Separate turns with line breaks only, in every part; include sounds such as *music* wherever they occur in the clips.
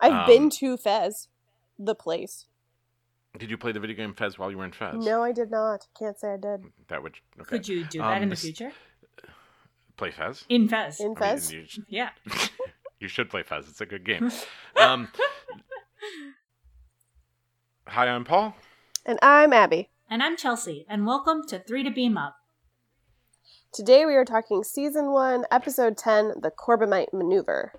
I've
Um,
been to Fez, the place.
Did you play the video game Fez while you were in Fez?
No, I did not. Can't say I did.
That would okay.
Could you do
Um,
that in the
s-
future?
play Fez?
In Fez.
In
I mean,
Fez.
you, sh- *laughs*
yeah.
you should play Fez. It's a
*laughs*
good game. Um, hi, I'm Paul.
And I'm Abby.
And I'm Chelsea, and welcome to Three to Beam Up.
Today we are talking season one, episode 10, The Corbomite Maneuver. *laughs*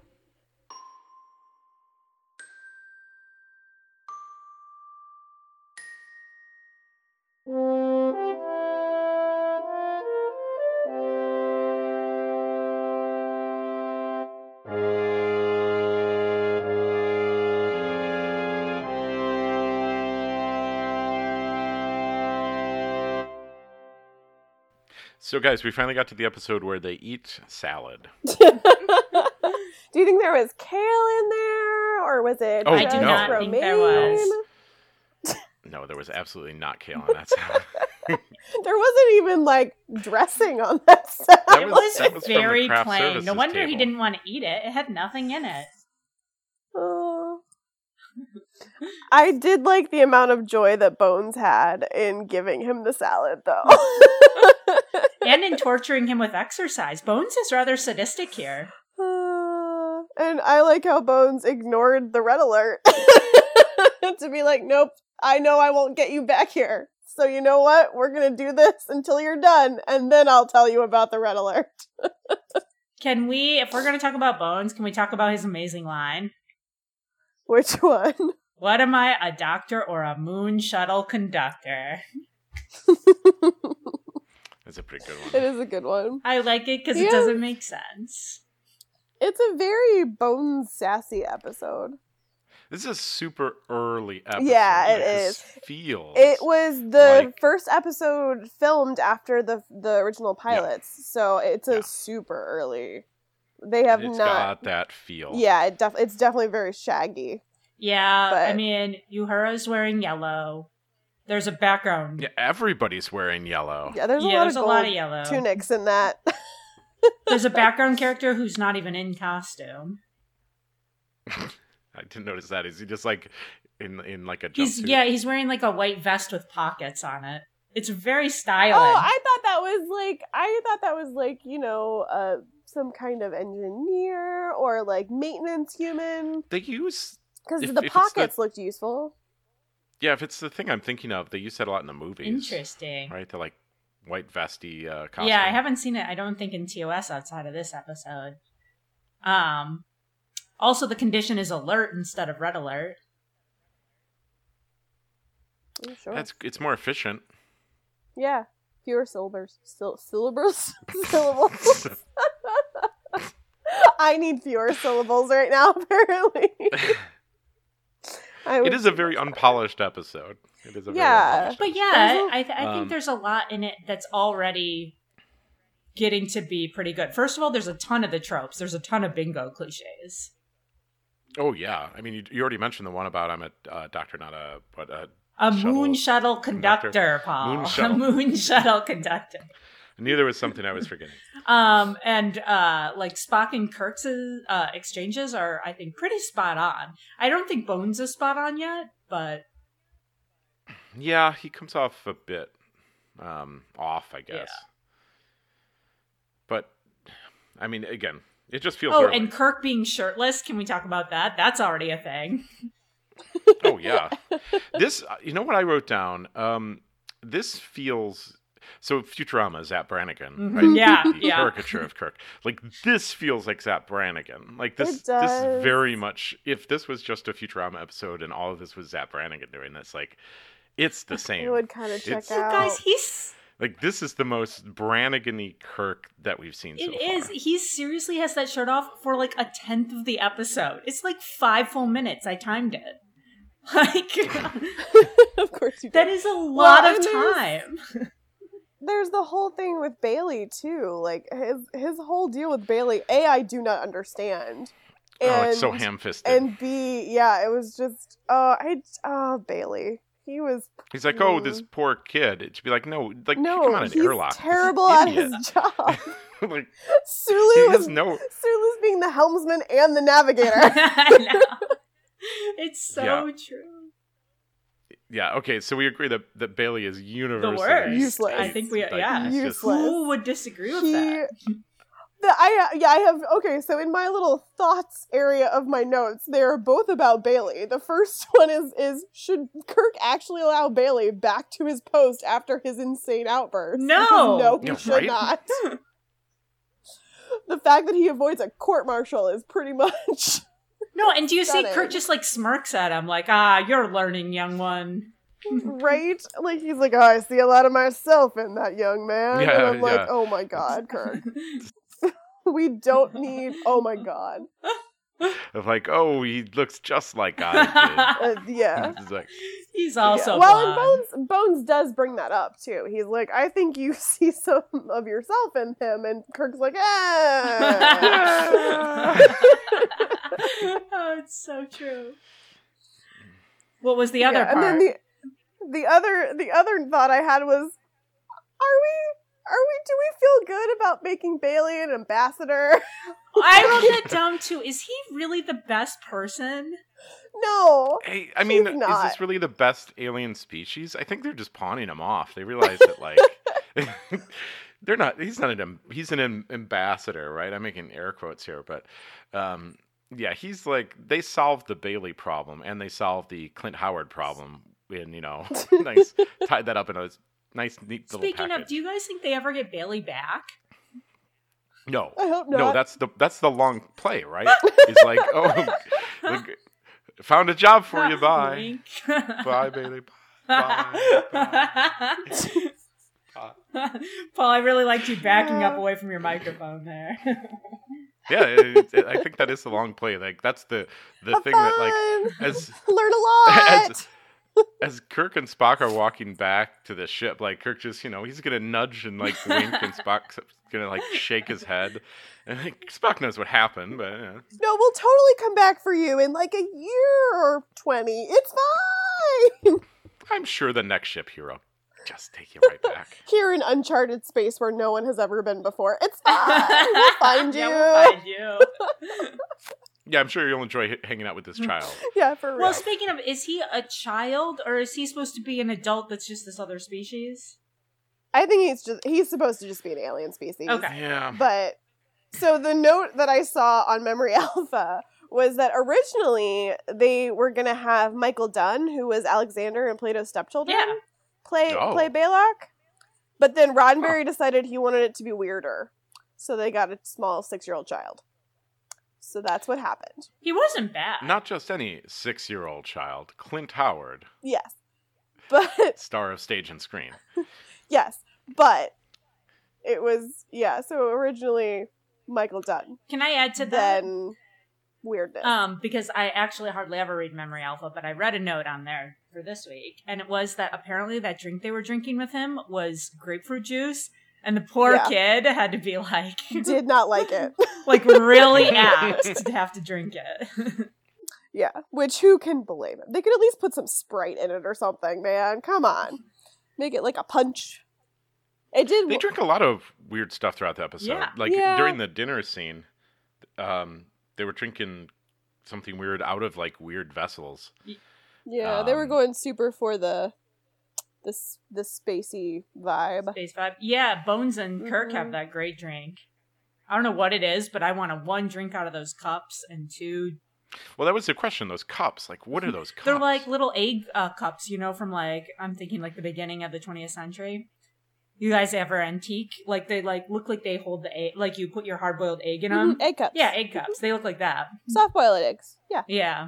So, guys, we finally got to the episode where they eat salad.
Do you think there was kale in there? Or was it
Oh,
I do
just
no.
not think there
romaine?
was.
No, there was absolutely not kale on
*laughs*
that salad.
There wasn't even like dressing on that *laughs* side.
That
It
was-
was,
that was from the
very
craft
plain. No
services
wonder he
table.
didn't want to eat it. It had nothing in it.
Oh. I did like the amount of joy that Bones had in giving him the salad,
*laughs*
though.
and in torturing him with exercise. Bones is rather sadistic here.
Uh, *sighs* and I like how Bones ignored the red alert *laughs* to be like, nope, I know I won't get you back here. So you know what? We're going to do this until you're done, and then I'll tell you about the red alert. *laughs*
Can we, if we're going to talk about Bones, can we talk about his amazing line?
Which one?
What am I, a doctor or a moon shuttle conductor?
That's a pretty good
*laughs* It
one.
is a good one.
I like it because
Yeah.
it doesn't make sense.
It's a very Bones sassy episode.
This is a super early episode.
Yeah, it
like, this
is.
Feels
It was the
Like-
first episode filmed after the the original pilots, so it's a
Yeah.
super early. They have
It's
not.
got that feel.
Yeah, it def- it's definitely very shaggy.
Yeah, I
But-
mean, Uhura's wearing yellow. There's a background.
Yeah, everybody's wearing yellow.
Yeah, there's a
Yeah,
lot
there's
of
a
gold
lot of yellow.
tunics in
*laughs*
that.
There's
*laughs*
a background character who's not even in costume.
*laughs* I didn't notice that. Is he just like in in like a jumpsuit?
He's yeah, he's wearing like a white vest with pockets on it. It's very stylish.
Oh, I thought that was like I thought that was like you know uh, some kind of engineer or like maintenance human
They use
because
If-
the
if it's the-
pockets looked useful.
yeah. If it's the thing I'm thinking of, they use that a lot in the movies.
Interesting.
Right? They're like white vesty uh, costume.
Yeah, I haven't seen it. I don't think in TOS outside of this episode. Um, also the condition is alert instead of red alert.
I'm sure.
That's it's more efficient.
Yeah, fewer syllables. Sil- syllables. *laughs* syllables. *laughs* I need fewer syllables right now. *laughs* Apparently,
*laughs*
I
it
would-
is a very unpolished episode. It is a
Yeah.
very unpolished
But
episode.
yeah,
There's a-
I, th- I
Um,
think there's a lot in it that's already getting to be pretty good. First of all, there's a ton of the tropes. There's a ton of bingo cliches.
Oh yeah. I mean, you, you already mentioned the one about I'm a uh, doctor, not a but uh, a
A
Shuttle
moon shuttle conductor,
conductor.
Paul.
Moon shuttle.
*laughs* A moon shuttle conductor.
I knew there was something
*laughs*
I was forgetting.
Um, and uh, like Spock and Kirk's uh, exchanges are, I think, pretty spot on. I don't think Bones is spot on yet, but
Yeah, he comes off a bit um, off, I guess. But I mean, again, it just feels.
oh,
early.
and Kirk being shirtless. Can we talk about that? That's already a thing.
oh yeah, this. uh, You know what I wrote down? Um, this feels. So Futurama, Zap Brannigan,
Mm-hmm.
Mhm.
right?
Yeah,
the
yeah.
caricature of Kirk. Like this feels like Zap Brannigan. Like this,
It
this
does.
is very much. If this was just a Futurama episode and all of this was Zap Brannigan doing this, like it's the
I
same.
would kind of check
It's-
You
out.
guys, he's
Like this is the most Brannigan-y Kirk that we've seen. so
it
far.
is. He seriously has that shirt off for like a tenth of the episode. It's like five full minutes. I timed it. *laughs* Like *laughs*
*laughs* of course, you
that
did.
is a lot
Well,
of
and there's-
time.
there's the whole thing with Bailey too. Like his his whole deal with Bailey. A, I do not understand.
oh, it's so ham-fisted.
and B, yeah, it was just uh, I uh Bailey. He was
He's like, oh, this poor kid. It should be like, no, like,
no,
come on, an
he's
airlock. This is
terrible at
an idiot.
his job.
*laughs* like,
Sulu
he
was
has no.
*laughs*
*laughs*
Sulu's being the helmsman and the navigator.
I know. It's so
Yeah.
true.
Yeah. Okay. So we agree that that Bailey is
The
universally
worst.
Useless.
I think we
like,
yeah.
it's just-
Useless.
Who would disagree with
He-
that?
The, I yeah I have okay so in my little thoughts area of my notes they are both about Bailey. The first *laughs* one is is should Kirk actually allow Bailey back to his post after his insane outburst?
No.
Because no, he
Yeah,
should
right?
not.
*laughs*
the fact that he avoids a court martial is pretty *laughs* much
No, and do you see
Stunning.
Kurt just like smirks at him like, ah, you're learning, young one.
right. Like he's like, oh, I see a lot of myself in that young man. and
Yeah,
I'm like,
yeah.
oh my god,
*laughs*
Kirk, *laughs* we don't need. Oh my god,
Of like, oh, he looks just
*laughs*
like I
uh, yeah.
did. It's like,
*laughs* He's
Yeah.
also
well,
blonde.
and Bones Bones does bring that up too. He's like, I think you *laughs* see some of yourself in him, and Kirk's like, ah. *laughs*
*laughs* oh, it's so true. What was *laughs* the other
Yeah,
part?
And then the the other the other thought I had was, are we are we do we feel good about making Bailey an ambassador? *laughs*
I wrote that down too. Is he really the best person?
no.
hey, I mean,
He's
is
not.
this really the best alien species? I think they're just pawning him off. They realize that like *laughs* they're not. He's not an. am- He's an am- ambassador, right? I'm making air quotes here, but um, yeah, he's like they solved the Bailey problem and they solved the Clint Howard problem. And you know, *laughs* nice tied that up in a nice, neat little
Speaking
package.
of, do you guys think they ever get Bailey back?
no,
I hope not.
No, that's the that's the long play, right? It's like, *laughs*
*laughs*
oh, like, found a job for you. Bye,
Wink. *laughs*
bye, Bailey. Bye.
Paul, I really liked you backing up away from your
*laughs*
microphone there.
Yeah, it, it- it- I think that is the long play. Like that's the the
Have
thing that
fun.
like as *laughs*
learn a lot.
as as Kirk and Spock are walking back to the ship, like Kirk just you know he's gonna nudge and like wink, and Spock's gonna like shake his head, and like, Spock knows what happened, but. You know.
no, we'll totally come back for you in like a year or twenty. It's fine.
I'm sure the next ship hero just take you right back.
here in uncharted space where no one has ever been before. It's
*laughs*
fine. Ah, we'll find you.
Yeah,
Yeah,
we'll find you.
Yeah, I'm sure you'll enjoy h- hanging out with this child.
for real.
Well, speaking of, is he a child or is he supposed to be an adult that's just this other species?
I think he's just he's supposed to just be an alien species.
Okay.
Yeah.
But so the note that I saw on Memory *laughs* Alpha was that originally they were gonna have Michael Dunn, who was Alexander and Plato's stepchildren,
Yeah.
play
Oh.
play Balak. But then Roddenberry decided he wanted it to be weirder. So they got a small six year old child. So that's what happened. *laughs*
He wasn't bad.
Not just any six year old child, Clint Howard,
Yes. But
star of stage and screen.
Yes, but it was yeah. So originally Michael Dunn,
Can I add to that?
then weirdness.
Um, because I actually hardly ever read Memory Alpha, but I read a note on there for this week, and it was that apparently that drink they were drinking with him was grapefruit juice, and the poor
Yeah.
kid had to be like,
Did not like
*laughs*
it.
like really apt *laughs* to have to drink it. *laughs*
Yeah, which who can blame him? They could at least put some Sprite in it or something, man. Come on, make it like a punch. It did.
They drink a lot of weird stuff throughout the episode.
Yeah.
Like
Yeah.
during the dinner scene, um, they were drinking something weird out of like weird vessels.
yeah, they were
um,
going super for the this the spacey vibe.
Space vibe. Yeah, Bones and Kirk have
Mhm.
that great drink. I don't know what it is, but I want a one drink out of those cups and two.
Well, that was the question. Those cups, like, what are those cups?
*laughs* They're like little egg uh, cups, you know, from like I'm thinking like the beginning of the 20th century. You guys ever antique? Like they like look like they hold the egg, like you put your hard boiled egg in them.
Mhm, egg cups.
Yeah, egg cups. They look like that.
soft boiled eggs. Yeah,
Yeah.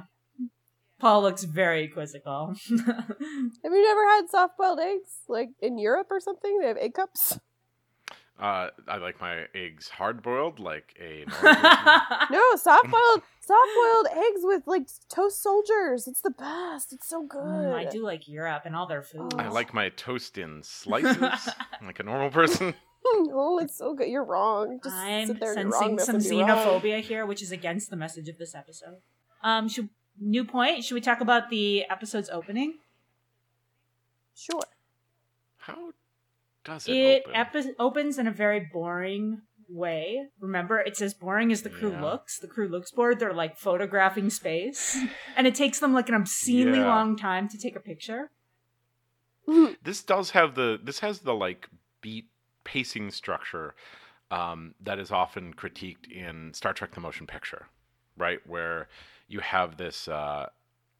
Paul looks very quizzical. *laughs*
have you never had soft boiled eggs like in Europe or something? They have egg cups.
uh, I like my eggs hard boiled, like
*laughs*
a.
No, soft boiled soft boiled eggs with like toast soldiers. It's the best. It's so good.
Mm, *laughs* I do like Europe and all their food.
I like my toast in slices,
*laughs*
like a normal person.
*laughs* oh, it's so good. You're wrong. Just
I'm
sit there and you're
sensing
wrong. That's
some
gonna be wrong.
xenophobia here, which is against the message of this episode. Um, should, new point. Should we talk about the episode's opening?
Sure. *laughs*
How does it?
It
open?
epi- opens in a very boring way. Remember, it says boring as the crew
Yeah.
looks. The crew looks bored. They're like
*laughs*
photographing space, and it takes them like an obscenely
Yeah.
long time to take a picture.
this does have the this has the like beat pacing structure um, that is often critiqued in Star Trek: The Motion Picture, right? Where you have this uh,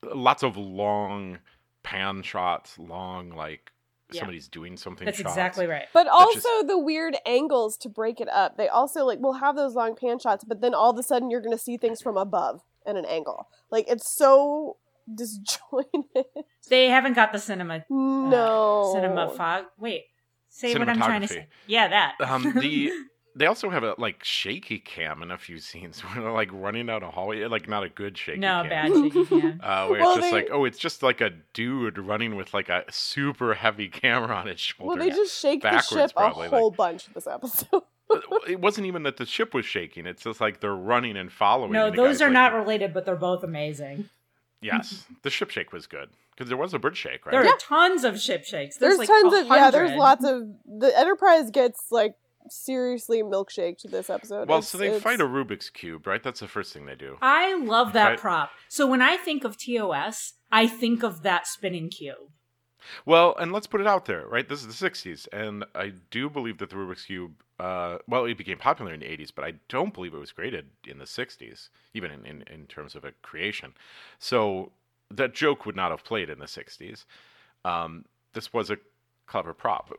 lots of long pan shots, long like
Yeah.
somebody's doing something.
That's
shots.
exactly right.
But also
just-
the weird angles to break it up. They also like will have those long pan shots, but then all of a sudden you're going to see things from above at an angle. Like it's so *laughs* disjointed.
They haven't got the cinema
no.
Uh, cinema fog. Wait, say what I'm trying to say.
Cinematography.
Yeah, that.
*laughs*
*laughs*
Um, the they also have a like shaky cam in a few scenes *laughs* where they're like running down a hallway, like not a good shaky
no
cam.
bad shaky cam.
Uh,
*laughs*
where
Well,
it's just
they-
like, oh, it's just like a dude running with like a super heavy *laughs* camera on his shoulder.
well, they just shake the
Backwards,
ship
probably,
a whole bunch this episode.
it wasn't even that the ship was shaking. It's just like they're running and following.
No,
and the
those
guy's
are
like-
not related, but they're both amazing.
Yes, the ship shake was good because there was a bird shake, right?
There are tons of ship shakes.
There's,
There's, like
tons of yeah. There's
100.
lots of the Enterprise gets like seriously milkshaked this episode.
well,
It's-
so they
it's-
find a Rubik's cube, right? That's the first thing they do.
I love that
Right.
prop. So when I think of TOS, I think of that spinning cube.
Well, and let's put it out there, right? This is the '60s, and I do believe that the Rubik's cube. Uh, well, it became popular in the '80s, but I don't believe it was created in the '60s, even in, in, in terms of a creation. So that joke would not have played in the '60s. Um, this was a clever prop,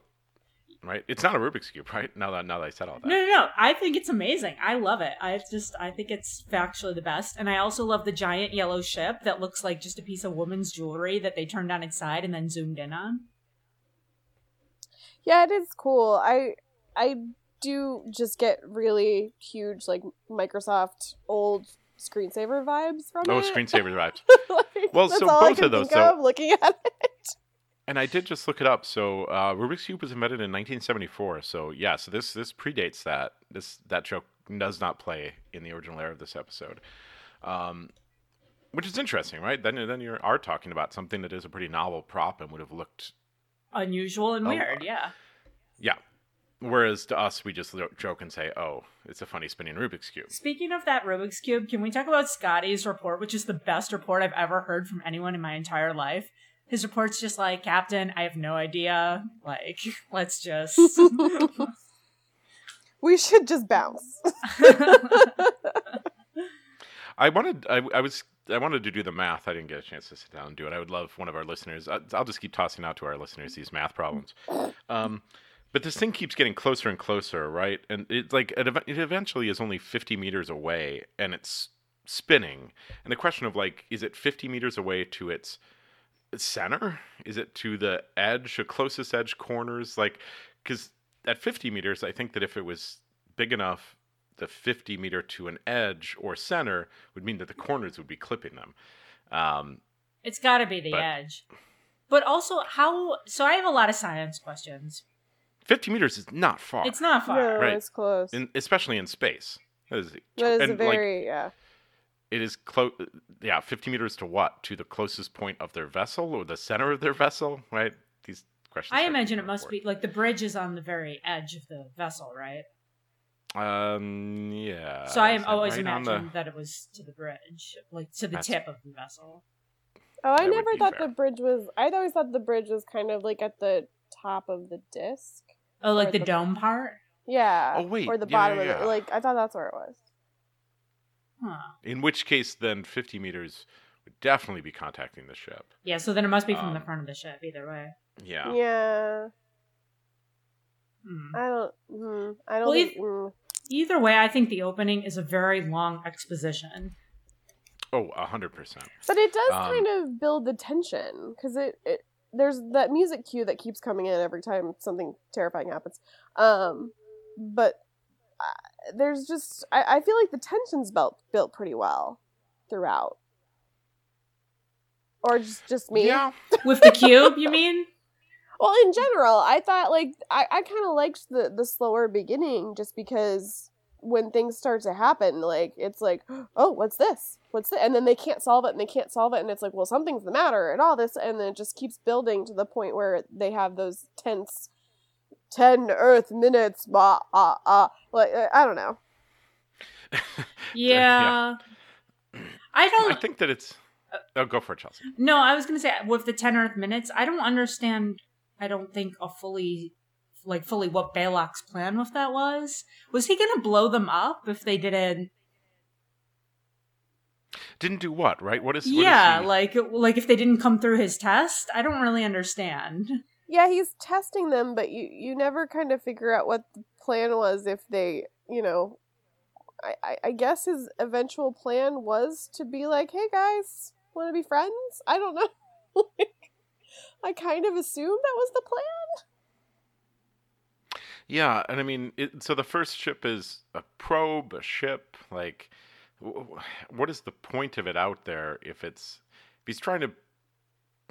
right? It's not a Rubik's cube, *laughs* right? Now that now that I said all that,
No, no, no. I think it's amazing. I love it. I just, I think it's factually the best. And I also love the giant yellow ship that looks like just a piece of woman's jewelry that they turned on its side and then zoomed in on.
Yeah, it is cool. I I do just get really huge like Microsoft old screensaver vibes from
oh,
it.
screensaver vibes.
*laughs* like,
Well,
that's
so
all I
both
can
of those,
think
so-
of looking at it. *laughs*
And I did just look it up. So uh, Rubik's cube was invented in 1974. So yeah, so this this predates that. This that joke does not play in the original air of this episode, um, which is interesting, right? Then then you are talking about something that is a pretty novel prop and would have looked.
Unusual and
Oh,
weird,
uh,
yeah.
Whereas to us, we just lo- joke and say, "Oh, it's a funny spinning Rubik's cube."
Speaking of that Rubik's Cube, can we talk about Scotty's report, which is the best report I've ever heard from anyone in my entire life? His report's just like, Captain, I have no idea. Like, *laughs* let's just.
We should just bounce. *laughs*
I wanted, I, I was, I wanted to do the math. I didn't get a chance to sit down and do it. I would love one of our listeners. I, I'll just keep tossing out to our listeners these math problems. Um, but this thing keeps getting closer and closer, right? And it's like it, ev- it eventually is only fifty meters away, and it's spinning. And the question of like, is it fifty meters away to its center? Is it to the edge, the closest edge corners? Like, because at fifty meters, I think that if it was big enough, the fifty meter to an edge or center would mean that the corners would be clipping them. Um,
It's got to be the
But-
edge. But also, how? So I have a lot of science questions.
fifty meters is not far,
It's not far.
No,
Right.
it's close.
in, especially in space. That is,
that is
and,
a
like,
very yeah.
it is close yeah 50 meters to what to the closest point of their vessel or the center of their vessel right these questions
I
are
imagine it
kinda
must be like the bridge is on the very edge of the vessel, right?
boring. um yeah
so I am
is that
always
right on
imagined
the-
that it was to the bridge, like to the
That's-
tip of the vessel.
Oh, I
That would
never
be
thought
fair.
the bridge was. I always thought the bridge was kind of like at the top of the disc.
Oh, like
Or
the
the-
dome part?
Yeah.
Oh, wait.
Or the
Yeah,
bottom
yeah,
of
yeah.
it. Like I thought that's where it was.
Huh.
in which case then 50 meters would definitely be contacting the ship
Yeah. So then it must be from the
Um,
front of the ship, either way.
yeah,
yeah.
Hmm.
I don't. Hmm, I don't.
Well,
think,
if-
mm.
Either way, I think the opening is a very long exposition.
oh 100%
But it does
Um,
kind of build the tension because it, it there's that music cue that keeps coming in every time something terrifying happens. Um, but uh, there's just I, I feel like the tension's built built pretty well throughout. Or just just me.
yeah
With the cube, you
*laughs*
mean?
Well, in general, I thought like I, I kind of liked the the slower beginning just because when things start to happen, like it's like, *gasps* oh, what's this? What's this? And then they can't solve it, and they can't solve it, and it's like, well, something's the matter, and all this, and then it just keeps building to the point where they have those tense ten Earth minutes. Bah, ah, ah. Like uh, I don't know.
Yeah. I
I
don't
think that it's. Oh, go for it, Chelsea.
No, I was gonna say with the ten Earth minutes, I don't understand. I don't think a fully, like fully, what Balok's plan with that was. Was he gonna blow them up if they didn't?
Didn't do what, right? What is? what is
yeah,
he-
like like if they didn't come through his test, I don't really understand.
Yeah, he's testing them, but you you never kind of figure out what the plan was if they, you know. I, I, I guess his eventual plan was to be like, "Hey guys, want to be friends?" I don't know. *laughs* like, I kind of assumed that was the plan.
Yeah, and I mean, it, so the first ship is a probe, a ship. Like, w- w- what is the point of it out there if it's if he's trying to?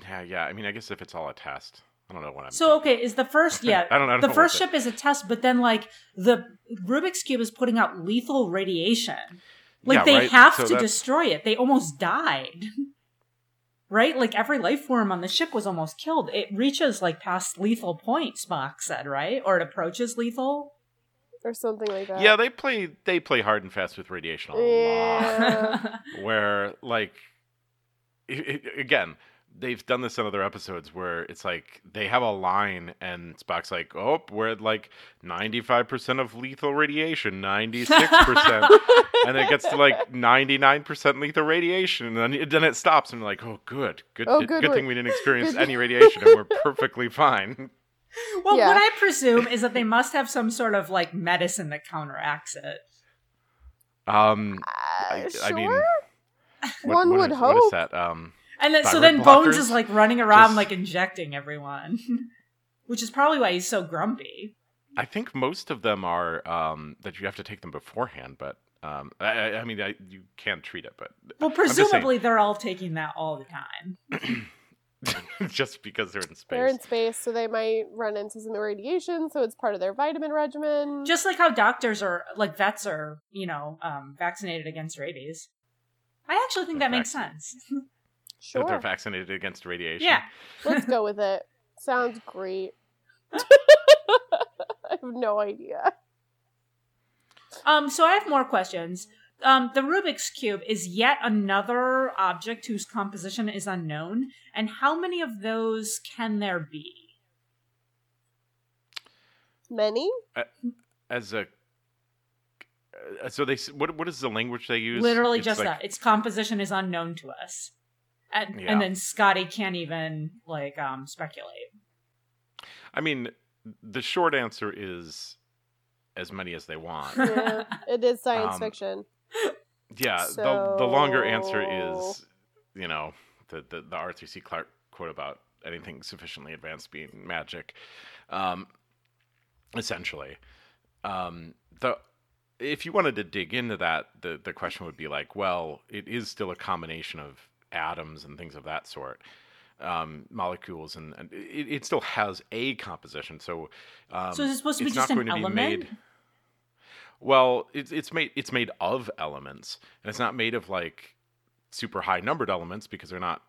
Yeah, yeah. I mean, I guess if it's all a test, I don't know what I'm.
So okay, is the first
thinking.
yeah.
*laughs* I don't, I don't know.
The
what
first ship is a test, but then like the Rubik's cube is putting out lethal radiation. Like
Yeah,
they
right,
have
so
to
that's-
destroy it. They almost died. *laughs* right? Like every life form on the ship was almost killed. It reaches like past lethal point, Spock said, right? Or it approaches lethal.
or something like that.
Yeah, they play they play hard and fast with radiation a lot.
Yeah.
where like i i again they've done this in other episodes where it's like they have a line and spock's like oh we're at like 95% of lethal
*laughs*
radiation 96% and it gets to like 99% lethal radiation and then it, then it stops and like oh good good
Oh,
good,
good,
thing
we're-
we didn't experience
good.
any radiation and we're
*laughs*
perfectly fine
*laughs* well,
Yeah.
what I presume is that they must have some sort of like medicine that counteracts it.
um
Uh,
I,
sure.
I mean what-
One
what
would
is-
hope.
what is that um
And then, so
Thyroid
then Bones
blockers?
is like running around
Just-
like injecting everyone, *laughs* which is probably why he's so grumpy.
I think most of them are um, that you have to take them beforehand, but um, I, I I mean, I, you can treat it,
Well,
just saying-
presumably they're all taking that all the time.
but *laughs* just because they're in
They're in
space.
space, so they might run into some irradiation, so it's part of their vitamin regimen.
Just like how doctors are, like vets are, you know, um, vaccinated against rabies. I actually think
They're
that makes sense.
That they're *laughs*
sure.
vaccinated against radiation.
Yeah.
Let's go with it. Sounds great. *laughs* I have no idea.
Um, so I have more questions. Um, the Rubik's Cube is yet another object whose composition is unknown. And how many of those can there be?
Many?
As a, uh, so they s- what what is the language they use?
Literally
It's
just
like-
that. Its composition is unknown to us. And,
Yeah.
and then Scotty can't even like um speculate. *laughs*
I mean, the short answer is as many as they want.
Yeah, it is science
Um,
fiction.
Yeah, the the longer answer is,
So-
you know, the the, the Arthur C. Clarke quote about anything sufficiently advanced being magic, um, essentially. Um, the if you wanted to dig into that, the the question would be like, well, it is still a combination of atoms and things of that sort. Um, molecules and, and it, it still has a composition, so um,
so is it supposed to be
it's
just
not
an
going to
element?
be made. Well, it's it's made it's made of elements, and it's not made of like super high numbered elements because they're not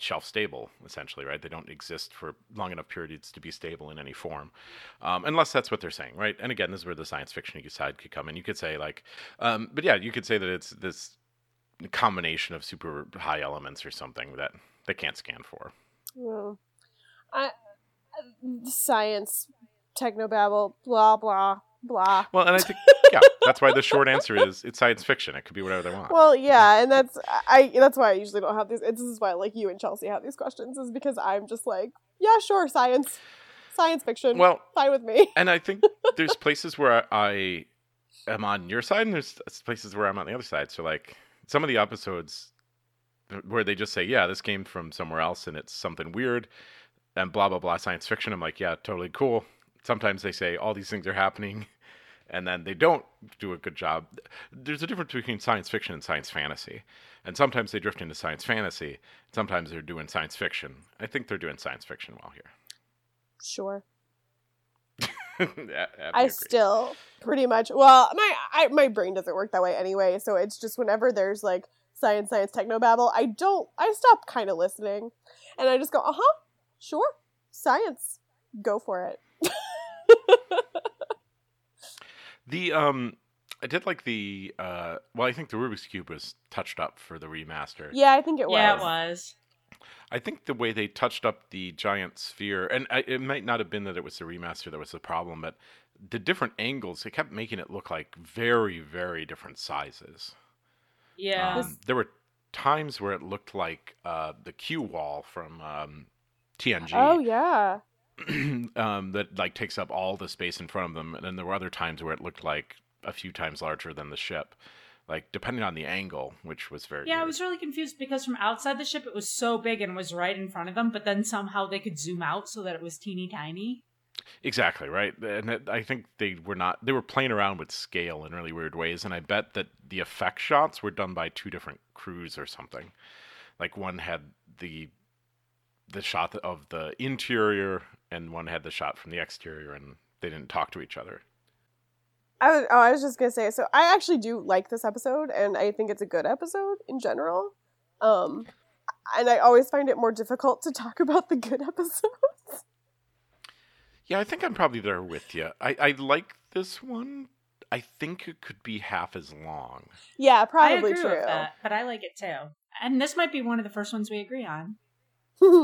shelf stable essentially right they don't exist for long enough periods to be stable in any form um, unless that's what they're saying right and again this is where the science fiction side could come in you could say like um, but yeah you could say that it's this combination of super high elements or something that they can't scan for
Yeah. I, science, technobabble, blah, blah, blah.
well and i think *laughs* yeah that's why the short answer is it's science fiction it could be whatever they want
Well, yeah, and that's I. That's why I usually don't have these. This is why like you and Chelsea have these questions, is because I'm just like, yeah, sure, science, science fiction,
well
fine with
*laughs*
me.
and I think there's places where I am on your side, and there's places where I'm on the other side. So like some of the episodes where they just say, "Yeah, this came from somewhere else, and it's something weird," and blah blah blah, science fiction. I'm like, "Yeah, totally cool." Sometimes they say all these things are happening, *laughs* and then they don't do a good job. There's a difference between science fiction and science fantasy, and sometimes they drift into science fantasy. Sometimes they're doing science fiction. I think they're doing science fiction well here. *laughs*
Sure,
I,
I
agree.
still pretty much. Well, my I, my brain doesn't work that way anyway, so it's just whenever there's like science, science, technobabble, I don't. I stop kind of listening, "Uh-huh, and I just go, uh huh, sure, science, go for it.
The um, I did like the uh. Well, I think the Rubik's cube was touched up for the remaster.
yeah, I think it was.
yeah, it was.
I think the way they touched up the giant sphere, and I, it might not have been that it was the remaster that was the problem, but the different angles it kept making it look like very, very different sizes.
Yeah.
Um, there were times where it looked like uh, the Q wall from um, TNG.
Oh yeah.
*clears throat* um, that like takes up all the space in front of them, and then there were other times where it looked like a few times larger than the ship, like depending on the angle, which was very
yeah, I
weird.
was really confused because from outside the ship it was so big and was right in front of them, but then somehow they could zoom out so that it was teeny tiny.
exactly right. And that, I think they were not they were playing around with scale in really weird ways, and I bet that the effect shots were done by two different crews or something. Like one had the the shot of the interior, and one had the shot from the exterior, and they didn't talk to each other.
I was, oh, I was just gonna say. So I actually do like this episode, and I think it's a good episode in general. Um, and I always find it more difficult to talk *laughs* about the good episodes.
Yeah, I think I'm probably there with you. I, I like this one. I think it could be half as long.
yeah,
I
probably
agree
true.
with
*laughs*
that, but I like it too. And this might be one of the first ones we agree on.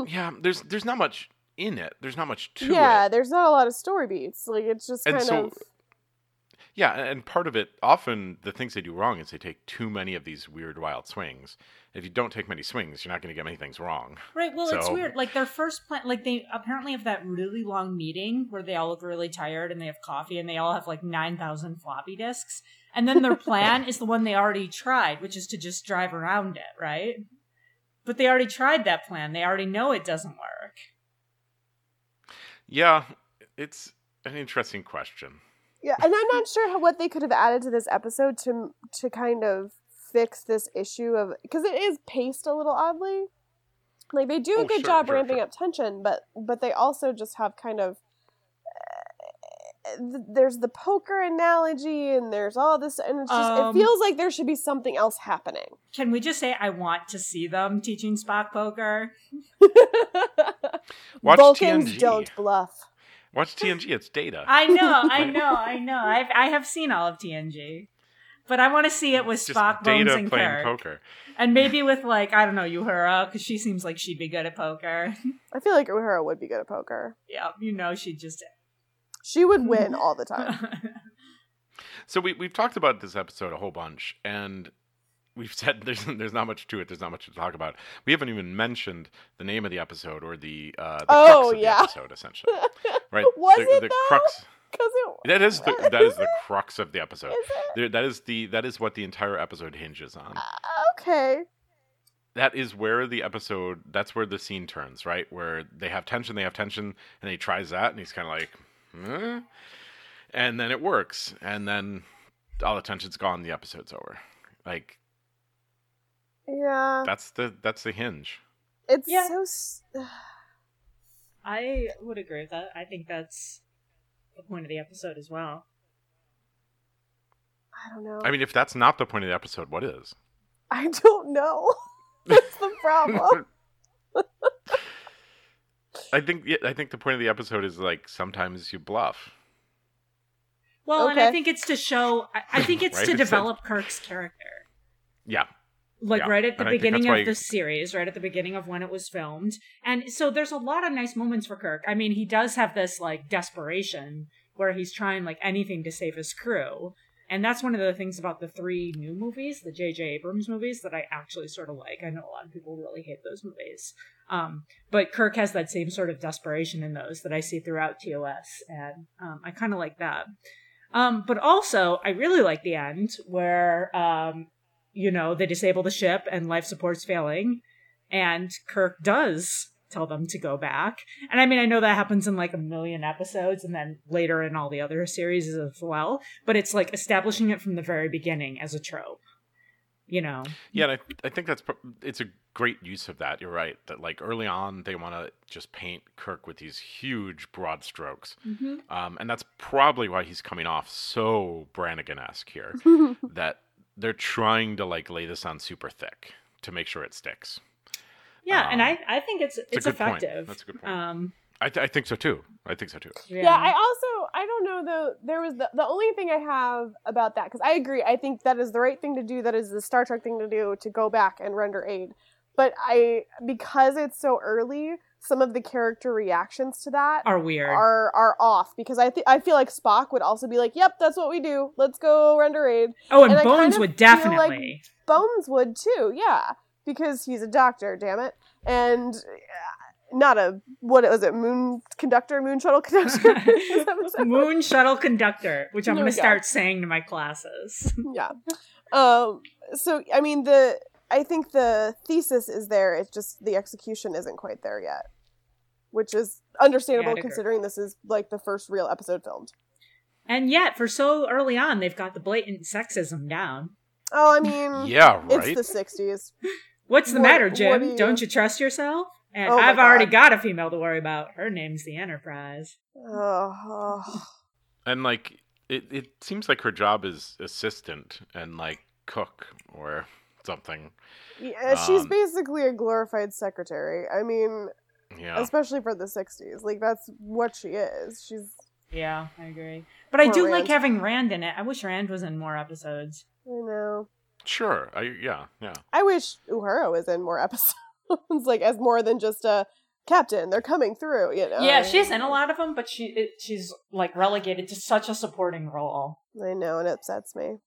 Yeah, there's there's not much in it. There's not much to
yeah,
it.
there's not a lot of story beats. Like it's just
And
kind
so-
of
Yeah, and part of it often the things they do wrong is they take too many of these weird wild swings. If you don't take many swings, you're not going to get many things wrong.
Right. Well, it's
So-
weird. Like their first plan, like they apparently have that really long meeting where they all look really tired and they have coffee and they all have like 9,000 floppy disks. And
*laughs*
then their plan is the one they already tried, which is to just drive around it, right? But they already tried that plan. They already know it doesn't work.
Yeah, it's an interesting question.
yeah. And I'm not sure how, what they could have added to this episode to to kind of fix this issue of because it is paced a little oddly. Like they do a
Oh,
good
sure,
job
sure,
ramping
sure.
up tension, but but they also just have kind of uh, th- there's the poker analogy and there's all this and it's just
Um,
it feels like there should be something else happening.
Can we just say I want to see them teaching Spock poker?
Watch
Vulcans
TNG.
don't bluff.
Watch TNG. It's data. *laughs*
I know, I know, I know. I've, I have seen all of TNG, but I want to see it with
Just
Spock, Bones,
data
and
playing
Kirk.
poker.
And maybe with like I don't know Uhura because she seems like she'd be good at poker. *laughs*
I feel like Uhura would be good at poker.
yeah, you know she just.
She would
*laughs*
win all the
*laughs*
time.
yeah,
So we we've talked about this episode a whole bunch, and we've *laughs* said there's there's not much to it. There's not much to talk about. We haven't even mentioned the name of the episode or the uh, the
Oh,
crux of
yeah.
the episode, essentially. Right?
*laughs* Was
the,
it,
the
though?
crux?
Because
*laughs*
it
That is the
*laughs*
that is the crux of the episode.
is it Uh,
There, that is the that is what the entire episode hinges on.
okay.
That is where the episode. That's where the scene turns. Right where they have tension, they have tension, and he tries that, and he's kind of like, "Huh?" and then it works, and then all the tension's gone. The episode's over. Like
Yeah,
That's the that's the hinge.
it's
Yeah.
so. s-
I would agree with that. I think that's the point of the episode as well.
I don't know.
I mean, if that's not the point of the episode, what is?
I don't know. *laughs* That's the problem.
*laughs*
*laughs*
I think yeah, I think the point of the episode is like sometimes you bluff.
Well, and I
Okay.
think it's to show. I, I
*laughs*
think it's
Right,
to
it's a-
develop Kirk's character.
Yeah,
like
Yeah,
right at the
and I think that's
beginning
why-
of the series, right at the beginning of when it was filmed. And so there's a lot of nice moments for Kirk. I mean, he does have this like desperation where he's trying like anything to save his crew. And that's one of the things about the three new movies, the J.J. Abrams movies, that I actually sort of like. I know a lot of people really hate those movies. Um, but Kirk has that same sort of desperation in those that I see throughout TOS. And um, I kind of like that. Um, but also, I really like the end where um, you know, they disable the ship and life support's failing. And Kirk does tell them to go back. And I mean, I know that happens in like a million episodes and then later in all the other series as well, but it's like establishing it from the very beginning as a trope, you know?
yeah. And I, I think that's pro- it's a great use of that. You're right. That like early on they want to just paint Kirk with these huge broad strokes,
Mm-hmm.
um, and that's probably why he's coming off so Brannigan-esque here.
*laughs*
that they're trying to like lay this on super thick to make sure it sticks.
Yeah, and
Um,
I, I think it's it's,
a good point.
effective.
That's a good point.
Um,
I, th- I think so too. I think so too.
yeah, I also know. I don't know though. There was the, the only thing I have about that because I agree. I think that is the right thing to do. That is the Star Trek thing to do to go back and render aid. But I because it's so early, some of the character reactions to that
Are weird.
are are off because I th- I feel like Spock would also be like, "Yep, that's what we do. Let's go render aid."
oh, and,
and I
Bones
kind of
would
feel like- *laughs*
definitely.
Bones would too, yeah, because he's a doctor, damn it, and uh, not a what was it, moon conductor, moon shuttle
*laughs*
conductor. *laughs* Is that what it's-
Moon shuttle conductor, which I'm
There
going to
we go.
start saying to my classes.
yeah. Um. So I mean the. I think the thesis is there. It's just the execution isn't quite there yet, which is understandable
agree.
considering this is like the first real episode filmed.
And yet, for so early on, they've got the blatant sexism down.
Oh, I mean,
Yeah, right.
it's the *sighs* '60s.
What's the
What-
matter,
what
Jim?
do you-
Don't you trust yourself? And
Oh my
I've already
God.
got a female to worry about. Her name's the Enterprise.
Oh,
And like it, it seems like her job is assistant and like cook or something.
Yeah, she's
Um,
basically a glorified secretary. I mean,
Yeah.
especially for the 60s. Like, that's what she is. She's.
Yeah, I agree. But I
Poor
do
Rand.
like having Rand in it. I wish Rand was in more episodes.
I know.
Sure. I yeah, yeah.
I wish Uhura was in more *laughs* episodes, like, as more than just a captain. They're coming through, you know?
yeah, she's in a lot of them, but she it, she's like relegated to such a supporting role.
I know, and it upsets me.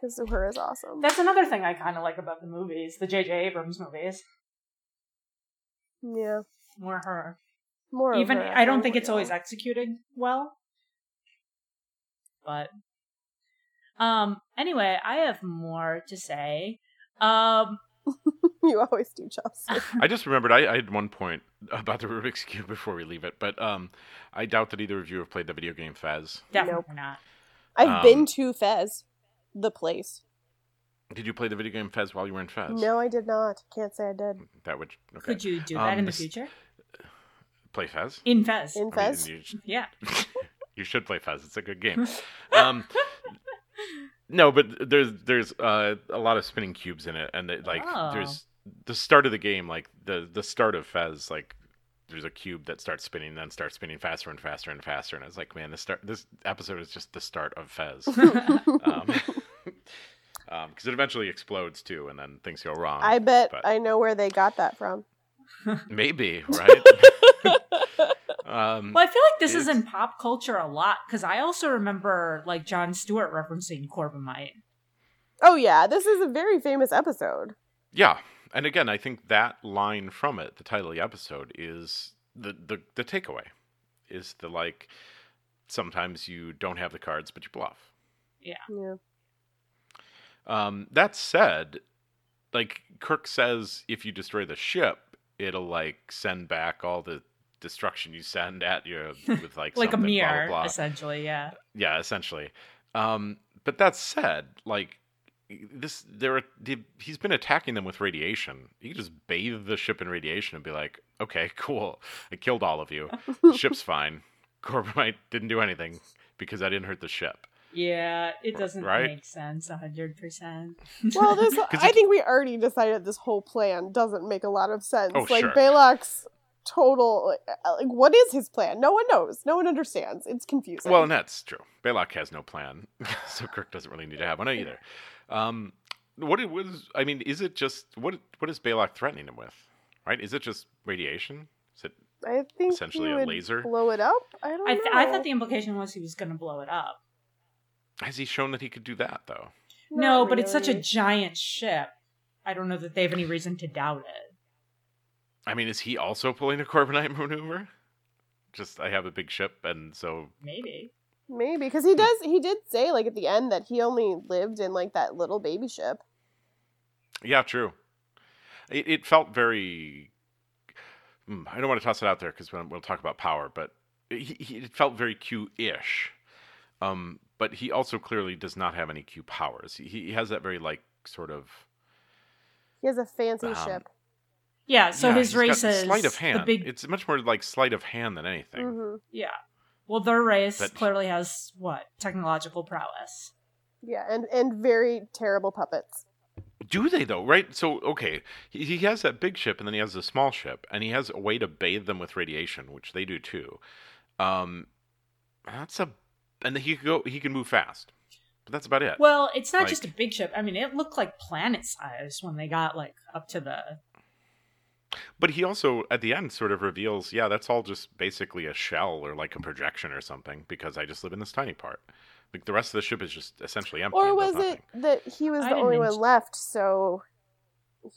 Because Uhura's awesome.
That's another thing I kind of like about the movies, the J.J. Abrams movies,
yeah.
more her.
More of
Even
her,
I don't think
think,
it's always
yeah.
executed well, but um. Anyway, I have more to say. Um.
*laughs* you always do, Chelsea.
*laughs*
*laughs* I just remembered I, I had one point about the Rubik's Cube before we leave it, but um I doubt that either of you have played the video game Fez.
Definitely not.
I've
Um,
been to Fez, the place.
Did you play the video game Fez while you were in Fez?
No, I did not. Can't say I did.
That would okay.
Could you do
Um,
that in the
this-
future?
play Fez?
In Fez.
In
I mean,
Fez?
you, sh-
*laughs*
yeah.
you should play Fez. It's a good
*laughs*
game. Um No, but there's there's uh, a lot of spinning cubes in it, and it, like
Oh.
there's the start of the game, like the the start of Fez, like there's a cube that starts spinning, then starts spinning faster and faster and faster, and I was like, man, this start this episode is just the start of
*laughs*
Fez, um, *laughs* because it eventually explodes too, and then things go wrong.
I bet
but-
I know where they got that from.
*laughs* Maybe right. um,
Well, I feel like this is
It's-
in pop culture a lot because I also remember like John Stewart referencing Corbomite.
Oh yeah, this is a very famous episode.
Yeah, and again, I think that line from it, the title of the episode, is the the, the takeaway. Is the like sometimes you don't have the cards, but you bluff.
Yeah.
Um, that said, like Kirk says, if you destroy the ship, it'll like send back all the destruction you send at you with like
Like
something,
a
blah, blah,
mirror,
blah.
essentially, yeah.
Yeah, essentially. Um, but that said, like this, there are, they, he's been attacking them with radiation. You could just bathe the ship in radiation and be like, okay, *laughs* cool, I killed all of you. Ship's fine. Corbomite didn't do anything because I didn't hurt the ship.
Yeah, it doesn't
Right?
make sense 100%.
Well, this
*laughs* 'Cause
I
it-
think we already decided this whole plan doesn't make a lot of sense.
Oh,
like
sure.
Balak's total uh, like what is his plan? No one knows. No one understands. It's confusing.
Well, and that's true. Balak has no plan, *laughs* so Kirk doesn't really need to have one either. Um, what it was, I mean, is it just what? What is Balak threatening him with? Right? Is it just radiation? Is it
I think
essentially
he
a
would
laser?
blow it up. I don't
I,
know.
th- I thought the implication was he was going to blow it up.
has he shown that he could do that though?
Not
no, but it's such a
really.
giant ship. I don't know that they have any reason to doubt it.
I mean, is he also pulling a Corbinite *laughs* maneuver? Just I have a big ship, and so
Maybe.
maybe because he does. He did say like at the end that he only lived in like that little baby ship.
yeah, true. It, it felt very. Mm, I don't want to toss it out there because we'll, we'll talk about power, but he, he, it felt very Q-ish. Um, but he also clearly does not have any Q powers. He, he has that very like sort of
He has a fancy
Um,
ship.
Yeah, so
Yeah,
his
he's got
race is
sleight of hand.
the big
It's much more like sleight of hand than anything.
hmm
yeah. Well, their race
But-
clearly has what? Technological prowess.
Yeah, and and very terrible puppets.
Do they though? Right? So okay, he, he has that big ship, and then he has the small ship, and he has a way to bathe them with radiation, which they do too. Um, That's a and he could go. He can move fast, but that's about it.
Well, it's not
Like-
just a big ship. I mean, it looked like planet size when they got like up to the.
But he also at the end sort of reveals, yeah, that's all just basically a shell or like a projection or something because I just live in this tiny part. Like the rest of the ship is just essentially empty.
Or
and
was
does
it
nothing.
that he was
I
the
didn't
only one
mention-
left, so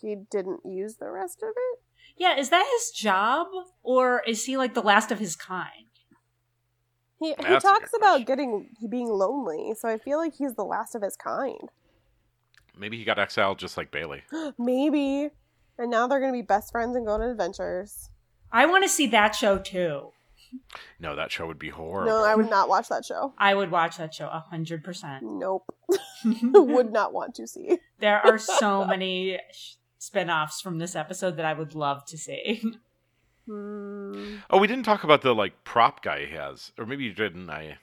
he didn't use the rest of it?
Yeah, is that his job, or is he like the last of his kind?
He he
That's a
talks
good
about
question.
getting being lonely, so I feel like he's the last of his kind. *gasps*
Maybe he got exiled just like Bailey.
Maybe. And now they're gonna be best friends and go on adventures.
I want to see that show too.
No, that show would be horrible.
No, I would not watch that show.
I would watch that show a
*laughs*
hundred percent.
*laughs*
Nope. would not want to see.
There are so many sh- spin-offs from this episode that I would love to see.
Hmm.
Oh, we didn't talk about the like prop guy he has, or maybe you didn't. I,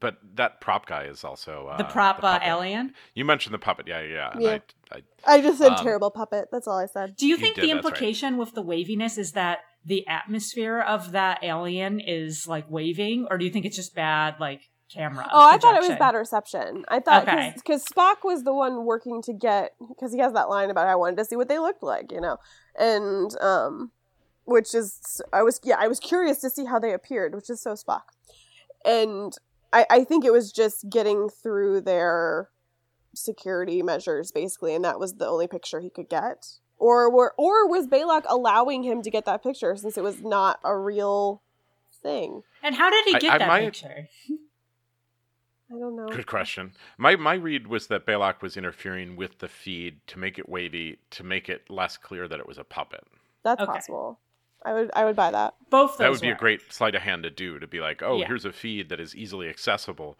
but that prop guy is also uh,
the prop uh,
puppet.
alien. You
You mentioned the puppet, yeah, yeah. and
Yeah.
I, I,
I just said
Um,
terrible puppet. That's all I said.
Do you
You
think
did,
the
that's right.
implication with the waviness is that the atmosphere of that alien is like waving, or do you think it's just bad like camera?
Oh, I thought it was
projection?
bad reception. I thought
Okay.
because Spock was the one working to get because he has that line about I wanted to see what they looked like, you know, and um, which is I was yeah I was curious to see how they appeared, which is so Spock, and I I think it was just getting through their security measures basically, and that was the only picture he could get, or were or was Balak allowing him to get that picture since it was not a real thing?
And how did he
I-
get
I
that
might-
picture?
I don't know.
good question. My my read was that Balak was interfering with the feed to make it wavy, to make it less clear that it was a puppet.
That's
Okay.
possible. I would I would buy that.
Both. Those
that would be a
work.
great sleight of hand to do to be like, oh,
Yeah.
here's a feed that is easily accessible,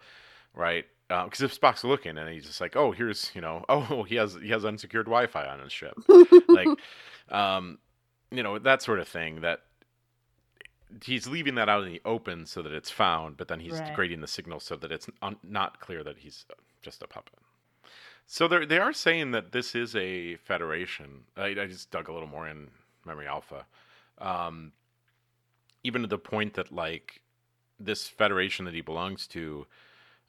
right? Because if Spock's looking and he's just like, oh, here's you know, *laughs* oh, he has he has unsecured Wi-Fi on his ship, *laughs*
*laughs*
like, um, you know, that sort of thing. That he's leaving that out in the open so that it's found, but then he's
Right.
degrading the signal so that it's un- not clear that he's just a puppet. So they they are saying that this is a federation. I, I just dug a little more in memory alpha, um, even to the point that like this federation that he belongs to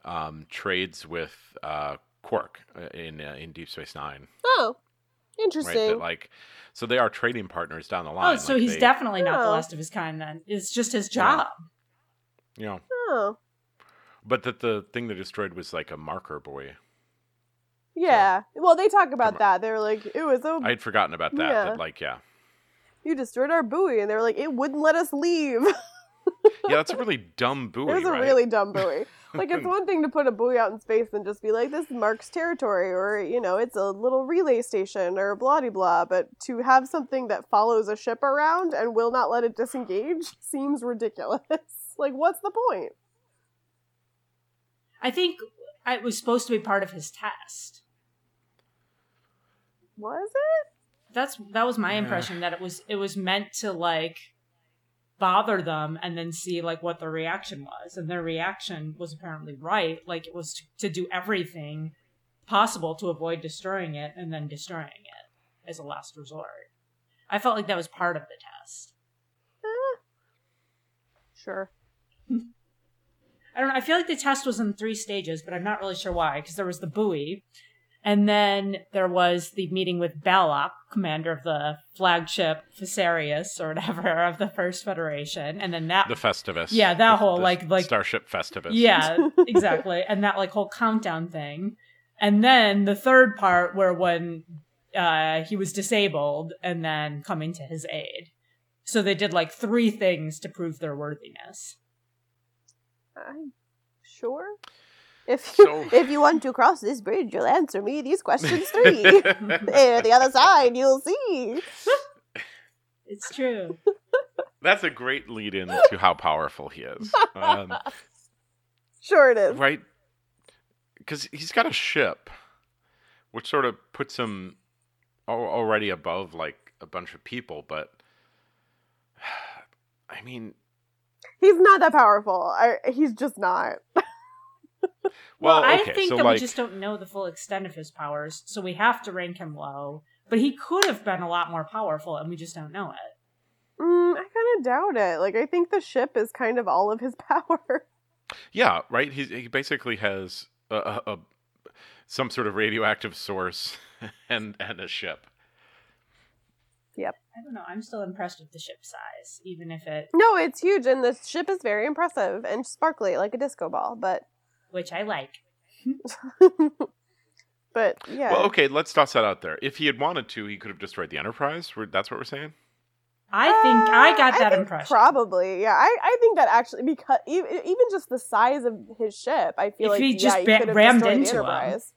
um, trades with uh, Quark uh, in uh, in Deep Space Nine,
Oh,
right? That,
interesting.
like, so they are trading partners down the
Oh,
line.
so
like,
he's
they-
definitely not the
Oh.
last of his kind then. It's just his
Yeah.
job.
you know,
oh,
but that the thing they destroyed was like a marker buoy.
yeah. Well, they talk
Come on.
about that. They were like, it was
I
a
had forgotten about that.
Yeah.
That like, yeah,
you destroyed our buoy, and they were like, it wouldn't let us leave. *laughs* it
yeah, that's a really
*laughs*
dumb buoy,
was a
right?
really dumb buoy.
*laughs*
like it's one thing to put a buoy out in space and just be like, this marks territory, or you know, it's a little relay station, or blah de blah. But to have something that follows a ship around and will not let it disengage *laughs* seems ridiculous. *laughs* like, what's the point?
I think it was supposed to be part of his test.
Was
That's that was my
Yeah.
impression that it was it was meant to like bother them and then see like what their reaction was. And their reaction was apparently right. Like it was to, to do everything possible to avoid destroying it and then destroying it as a last resort. I felt like that was part of the test.
it? Eh. Sure.
I don't know. I feel like the test was in three stages, but I'm not really sure why. Because there was the buoy, and then there was the meeting with Balak, commander of the flagship Fisarius or whatever *laughs* of the First Federation, and then that.
the Festivus.
Yeah, that
The-
whole,
the
like- like-
Starship Festivus. *laughs*
yeah, *laughs* exactly, and that like whole countdown thing, and then the third part where when uh, he was disabled and then coming to his aid. So they did like three things to prove their worthiness.
I'm sure. If you,
So-
*laughs* if you want to cross this bridge, you'll answer me these questions three. and the other side, you'll see.
It's true.
*laughs* That's a great lead in to how powerful he is.
*laughs*
Um,
Sure it is.
right? Because he's got a ship, which sort of puts him al- already above like a bunch of people. But *sighs* I mean,
He's not that powerful. I, he's just not.
well,
I
okay,
think
so
that
like,
we just don't know the full extent of his powers, so we have to rank him low. But he could have been a lot more powerful, and we just don't know it.
Mm, I kind of doubt it. Like, I think the ship is kind of all of his *laughs* power.
Yeah, right. He he basically has a, a, a some sort of radioactive source *laughs* and and a ship.
I don't know. I'm still impressed with the ship size, even if it,
No, it's huge, and the ship is very impressive and sparkly like a disco ball. But,
which I like.
but yeah,
Well, okay, let's toss that out there. If he had wanted to, he could have destroyed the Enterprise. We're, that's what we're saying.
I think I got
Uh,
that
think
impression.
Probably, yeah. I, I think that actually because even, even just the size of his ship, I feel
If
like
he
yeah,
just
he
ba-
could have
rammed
destroyed the
into 'em.
Enterprise.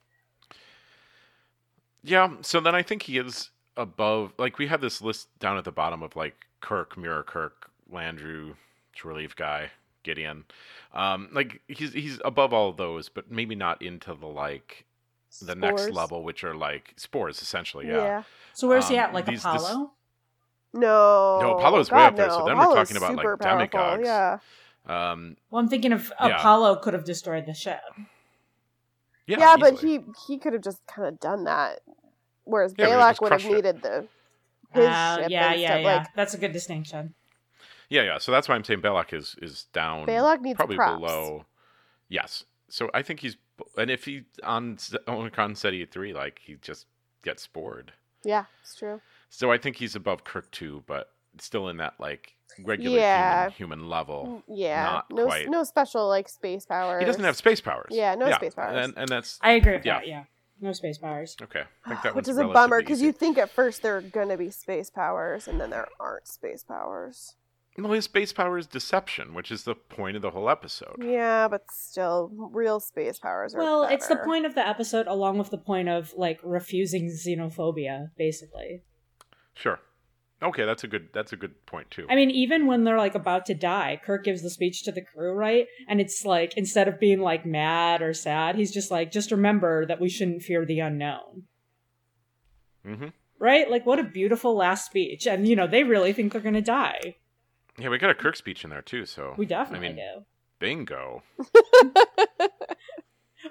Yeah. So then I think he is above. Like we have this list down at the bottom of like Kirk, Mira, Kirk, Landrew, Relief guy, Gideon. Um, like he's he's above all those, but maybe not into the like the next
Spores.
level, which are like spores essentially.
Yeah.
Yeah.
So where's he
Um,
at? Like
these- this-
Apollo?
No.
No, Apollo's way
God,
up there, so
no.
then we're
Apollo's
talking about, like,
super powerful,
demagogues.
Yeah.
Um,
Well, I'm thinking if
Yeah.
Apollo could have destroyed the ship.
yeah.
Yeah, but
easily.
he he could have just kind of done that, whereas
Yeah, but he
Balak
just
would have
crushed it.
needed the his
Uh,
ship
yeah,
and
yeah,
stuff.
yeah.
Like
That's a good distinction.
Yeah, yeah. So that's why I'm saying Belloc is is down.
Balak needs
Mm, probably
props.
below. Yes. So I think he's and if he on S- Omicron SETI three, like he just gets bored.
Yeah, it's true.
So I think he's above Kirk two, but still in that like regular
Yeah.
human, human level.
Yeah,
not
no s-
quite.
no special like space powers.
He doesn't have space powers.
Yeah, no space powers.
And, and that's
I agree with
Yeah.
that. Yeah. No space powers.
okay.
*sighs*
I think that
Which is
one's
a bummer
because
because you think at first there are gonna be space powers, and then there aren't space powers.
well his space power is deception, which is the point of the whole episode.
Yeah, but still, real space powers are.
Well, it's the
better.
point of the episode, along with the point of like refusing xenophobia, basically.
Sure. Okay, that's a good that's a good point too.
I mean, even when they're like about to die, Kirk gives the speech to the crew, right? And it's like instead of being like mad or sad, he's just like, just remember that we shouldn't fear the unknown,
mm-hmm.
right? Like, what a beautiful last speech. And you know, they really think they're gonna die.
Yeah, we got a Kirk speech in there too, so
We definitely
I mean,
do.
bingo. *laughs*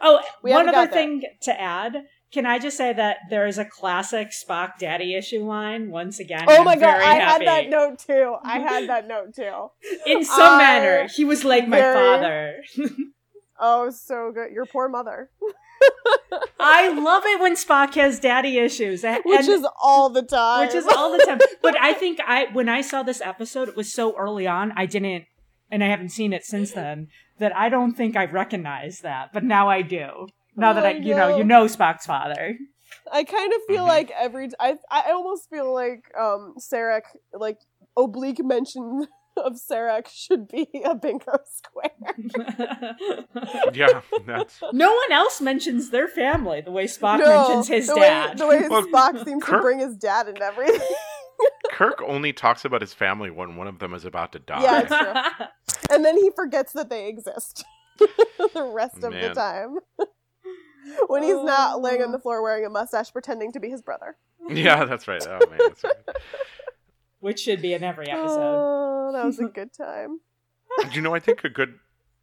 Oh,
We
one
haven't
other
got there.
thing to add. Can I just say that there is a classic Spock daddy issue line once again?
Oh
I'm
my god,
very
I
happy.
had that note too.
*laughs*
I had that note too.
In
*laughs*
some
I-
manner, he was like my
very-
father.
Oh, so good. Your poor mother,
I love it when Spock has daddy issues. and-
which is all the time.
which is all the time. But I think I when I saw this episode, it was so early on, I didn't and I haven't seen it since then, that I don't think I recognized that. But now I do. Now that
Oh,
I you know,
no.
you know
*laughs*
Spock's father.
*laughs* I kind of feel
Mhm.
like every t- I I almost feel like um Sarek like oblique mention *laughs* of Sarek should be a bingo square.
Yeah, that's
No one else mentions their family the way Spock
No,
mentions his
the
dad.
Way, the
*laughs*
way
Well,
Spock seems
Kirk-
to bring his dad and everything.
Kirk only talks about his family when one of them is about to die.
Yeah, and then he forgets that they exist *laughs* the rest of
Man.
the time. *laughs* when he's not laying
Oh.
on the floor wearing a mustache pretending to be his brother.
*laughs* Yeah, that's right. Oh man, that's right.
*laughs* Which should be in every episode.
Oh, that
*laughs*
was a good time.
you know, I think a good.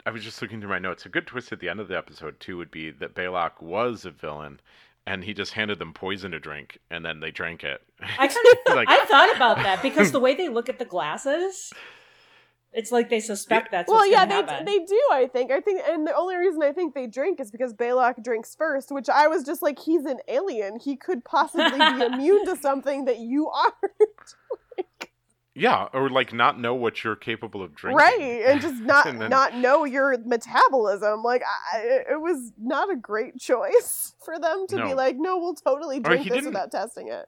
I was just looking through my notes. A good twist at the end of the episode too would be that Balak was a villain, and he just handed them poison to drink, and then they drank it.
*laughs*
I kind
*laughs*
of
like,
I thought about that because the way they look at the glasses, it's like they suspect that's
well,
what's
yeah,
gonna
they
happen.
they do. I think. I think, and the only reason I think they drink is because Balak drinks first, which I was just like, he's an alien. He could possibly
*laughs*
be immune to something that you are,
yeah, or like not know what you're capable of drinking.
right? And just not
*laughs* And then-
not know your metabolism. Like, I, it was not a great choice *laughs* for them to
No.
be like, no, we'll totally
Or he
drink this
didn't-
without testing it.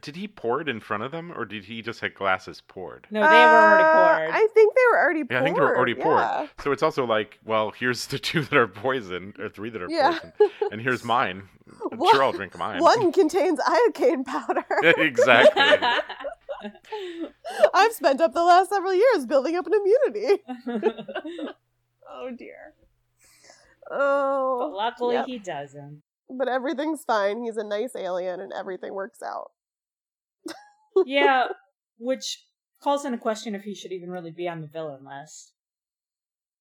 Did he pour it in front of them, or did he just have glasses poured?
no, they were already
Uh,
bored.
I think they were already poured.
Yeah, I think they were already poured.
yeah.
So it's also like, well, here's the two that are poisoned, or three that are
Yeah.
poisoned,
*laughs*
and here's mine. I'm
One-
sure I'll drink mine.
One contains iocane powder.
*laughs*
*laughs*
exactly.
I've spent up the last several years building up an
*laughs*
immunity. Oh dear.
but
Oh.
luckily,
Yep.
he doesn't.
But everything's fine. He's a nice alien and everything works out.
Yeah, which calls into question if he should even really be on the villain list.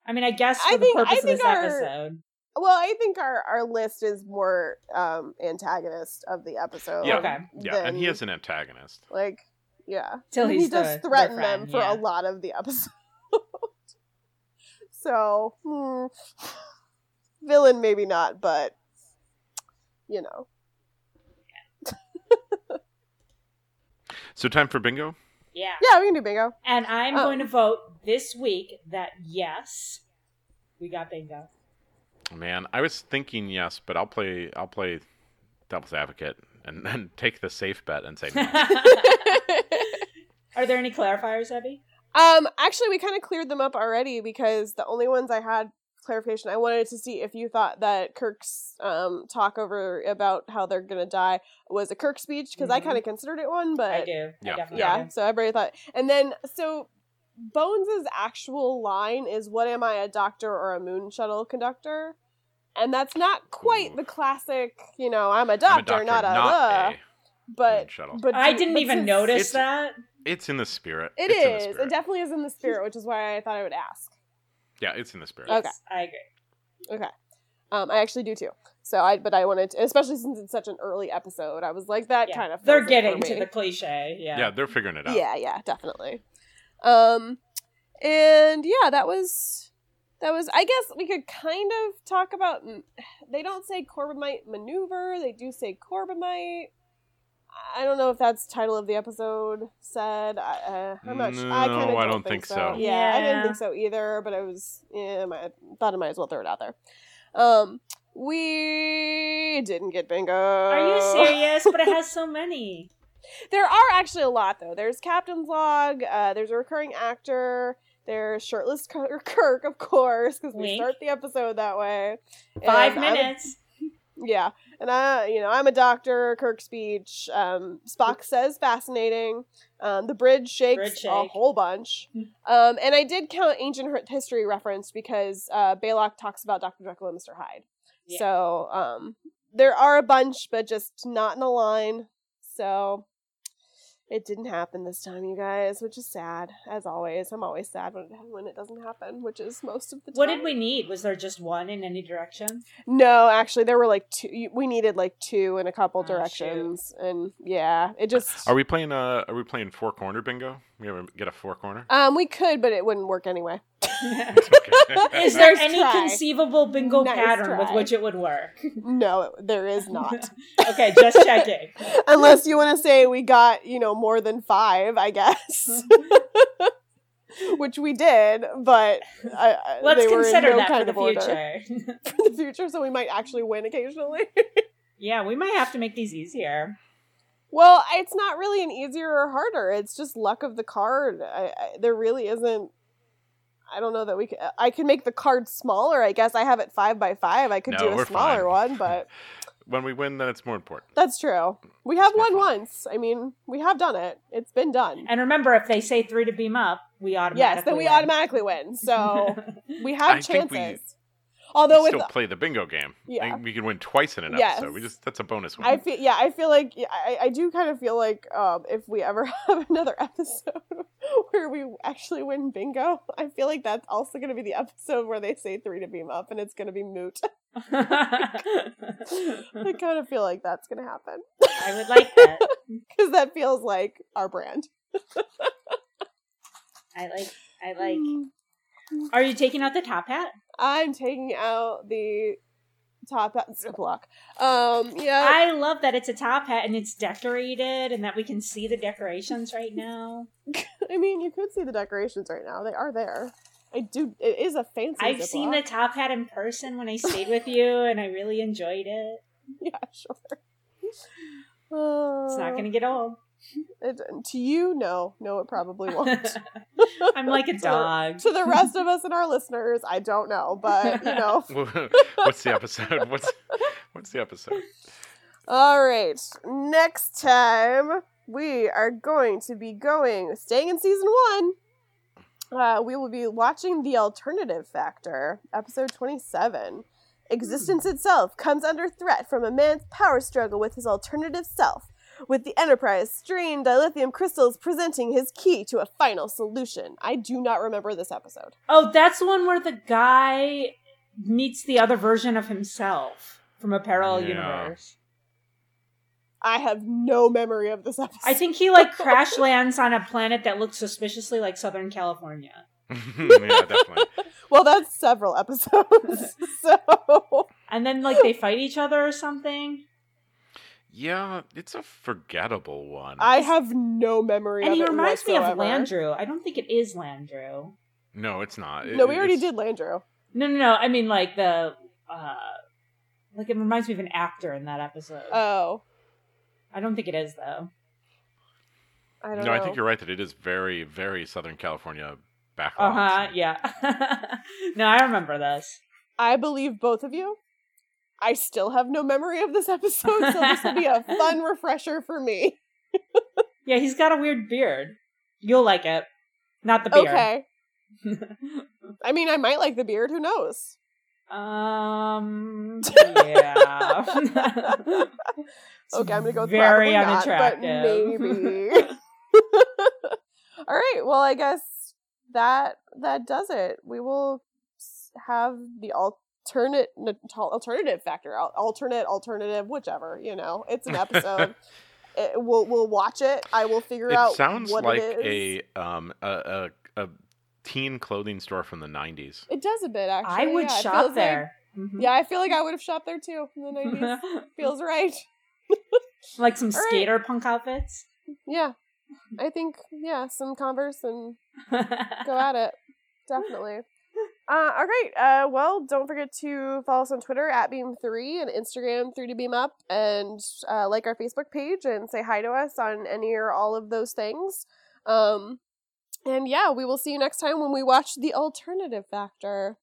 I mean, I guess for
I
the
think- I
purpose of
think
this
our-
episode,
Well, I think our, our list is more um antagonist of the episode.
Yeah.
Okay.
Yeah, and he
than,
is an antagonist.
like yeah.
till
he
he's
does
the- their
threaten
friend,
them for
yeah.
a lot of the episode. *laughs* So, hmm. *laughs* villain maybe not, but you know.
So time for bingo.
Yeah.
Yeah, we can do
*laughs*
bingo. *laughs*
And I'm
Oh.
going to vote this week that yes, we got
*laughs*
bingo.
Man, I was thinking yes, but I'll play I'll play devil's advocate and *laughs* then take the safe bet and say no.
Are there any clarifiers, Abby?
Um, actually, we kind of cleared them up already because the only ones I had clarification, I wanted to see if you thought that Kirk's um talk over about how they're gonna die was a Kirk speech because I
Mhm.
kind of considered it one, but
I do. I
Mm-hmm. Yeah.
definitely
Uh, yeah,
do.
so everybody thought, and then so Bones's actual line is, "What am I, a doctor or a moon shuttle conductor?" And that's not quite
Ooh.
the classic, you know, I'm a
I'm a
doctor, not a,
not
uh,
a moon
but
shuttle.
but
I didn't
but
even
since-
notice
It's-
that.
It's in the spirit.
It
it's in the
is.
spirit.
It definitely is in the spirit, which is why I thought I would ask.
yeah, it's in the spirit.
Okay.
Yes, I agree.
Okay. Um, I actually do too. So I, but I wanted, to, especially since it's such an early episode, I was like that
Yeah.
kind of.
They're
fills it for
getting to
me.
the cliche. Yeah.
yeah. they're figuring it out.
Yeah, yeah, definitely. Um, and yeah, that was that was. I guess we could kind of talk about. They don't say Corbomite maneuver. They do say Corbomite. I don't know if that's title of the episode said. I, uh, I'm not. sure. I
No,
kind of
I don't think so.
Yeah, I didn't
Yeah.
think so either. But I was. Yeah, I thought I might as well throw it out there. Um, we didn't get bingo.
Are you
Oh.
serious? but it has so many.
*laughs* There are actually a lot though. There's Captain's Log. Uh, there's a recurring actor. There's shirtless Cur- Kirk, *laughs* of course, because we
Wink.
start the episode that way. And
Five
I'm a-
minutes.
yeah, and I, you know, I'm a doctor. Kirk speech. Um, Spock says fascinating. Um, the bridge shakes
Bridge
a
shake. Mm-hmm.
whole
*laughs*
bunch. Um, and I did count ancient hi- history reference because uh, Balok talks about Doctor Jekyll and Mister Hyde.
Yeah.
So um, there are a bunch, but just not in a line. So it didn't happen this time, you guys, which is sad. As always, I'm always sad when it, when it doesn't happen, which is most of the time.
What did we need? Was there just one in
*laughs*
any direction?
No, actually, there were like two. you- We needed like two in a couple
Oh, shoot.
directions, and yeah, it just.
Are we playing uh are we playing four corner bingo? We ever get a
*laughs*
four corner? *laughs*
Um, we could, but it wouldn't work
*laughs*
anyway.
Okay.
Is there
Nice
any
try.
conceivable bingo
Nice
pattern with
try.
which it would work?
No, it- there
*laughs*
is not.
okay, just checking.
*laughs* Unless you want to say we got you know more than five, I guess, *laughs* which we did, but I, I-
Mm-hmm. Let's
they were in
consider
no
that
kind
for
of
the
order
future.
*laughs*
*laughs*
for the future, so we might actually win occasionally.
yeah, we might have to make these easier.
Well, it's not really an easier or harder. It's just luck of the card. I, I, there really isn't. I don't know that we could. I can make the card smaller. I guess I have it five by five. I could
No,
do a
we're
smaller
fine.
one,
*laughs*
but
when we win then it's more important.
that's true. We have
It's
won
been fun.
once. I mean, we have done it. It's been done.
And remember, if they say three to beam up, we automatically
Yes, then we
win.
automatically win. So *laughs* we have
I think
chances.
we-
Although
we
with
still play the bingo game.
Yeah.
And we can win twice in an
Yes.
episode. We just that's a bonus one.
I feel yeah, I feel like yeah, I, I do kind of feel like um, if we ever *laughs* have another episode *laughs* where we actually win bingo, I feel like that's also going to be the episode where they say three to beam up, and it's going to be moot. *laughs* I kind of feel like that's going to happen
*laughs* I would like that.
because that feels like our brand.
I like. I
*laughs*
like. Are you taking out the top hat?
Hmm. I'm taking out the top hat block. Um, yeah,
I love that it's a top hat and it's decorated and that we can see the decorations
*laughs*
right now.
I mean you could see the decorations right now; they are there. I do. It is a fancy.
I've seen the
Ziploc.
top hat in
*laughs*
person when I stayed with you and I really enjoyed it.
Yeah, sure. Uh,
It's not going to get old.
It, to you, no, no, it probably won't.
*laughs* I'm
*laughs*
like a
To the-
dog.
to the rest of us and our listeners, I don't know, but you
*laughs*
know.
*laughs* Well, what's
*laughs*
the episode? What's what's the episode? *laughs*
All right, next time we are going to be going, staying in season one. Uh, we will be watching The Alternative Factor, episode 27. Existence itself comes under threat from a man's power struggle with his alternative self, with the Enterprise strained dilithium crystals presenting his key to a final solution. I do not remember this episode.
Oh, that's the one where the guy meets the other version of himself from a parallel
Yeah.
universe.
I have no memory *laughs* of this episode.
I think he like crash lands on a planet that looks suspiciously like Southern California.
yeah, definitely.
Well, that's several
*laughs*
episodes. so
And then like
*gasps*
they fight each other or something.
Yeah, it's a forgettable one.
I have no memory
and
of
he
it
reminds me of
whatsoever.
Landrew. I don't think it is Landrew.
No, it's not. Uh, It-
No, we already
it's-
did Landrew.
No, no, no. I mean like the uh like it reminds me of an actor in that episode.
Oh,
I don't think it is though.
I don't know.
no, I think you're right that it is very, very Southern California backlots.
Uh huh.
Uh-huh.
Yeah. *laughs* no, I remember this.
I believe both of you. I still have no memory of this episode, so this will be
*laughs*
a fun refresher for me.
Yeah, he's got a weird beard. You'll like it. Not the beard.
Okay.
*laughs*
I mean, I might like the beard. Who knows? *laughs*
um. Yeah. *laughs* It's
Okay, I'm gonna go with
very
probably not, but
unattractive. *laughs*
maybe. All right. Well, I guess that that does it. We will s- have the alternate n- tal- alternative factor, al- alternate alternative, whichever. You know, it's an
*laughs*
episode. it, we'll we'll watch it. I will figure out.
It sounds
what
like
it is.
a um a, a a teen clothing store from the '90s.
It does a bit actually.
I would
yeah, it feels
shop
like-
there.
yeah, I feel like I would have shopped there too in the nineties.
Mhm.
feels right.
*laughs* like some
All right.
skater punk outfits. *laughs*
Yeah, I think yeah, some Converse and go at it. Definitely. *laughs* Uh, all right. Uh, well, don't forget to follow us on Twitter at Beam3 and Instagram 3DBeamUp and uh, like our Facebook page and say hi to us on any or all of those things. Um, and yeah, we will see you next time when we watch The Alternative Factor.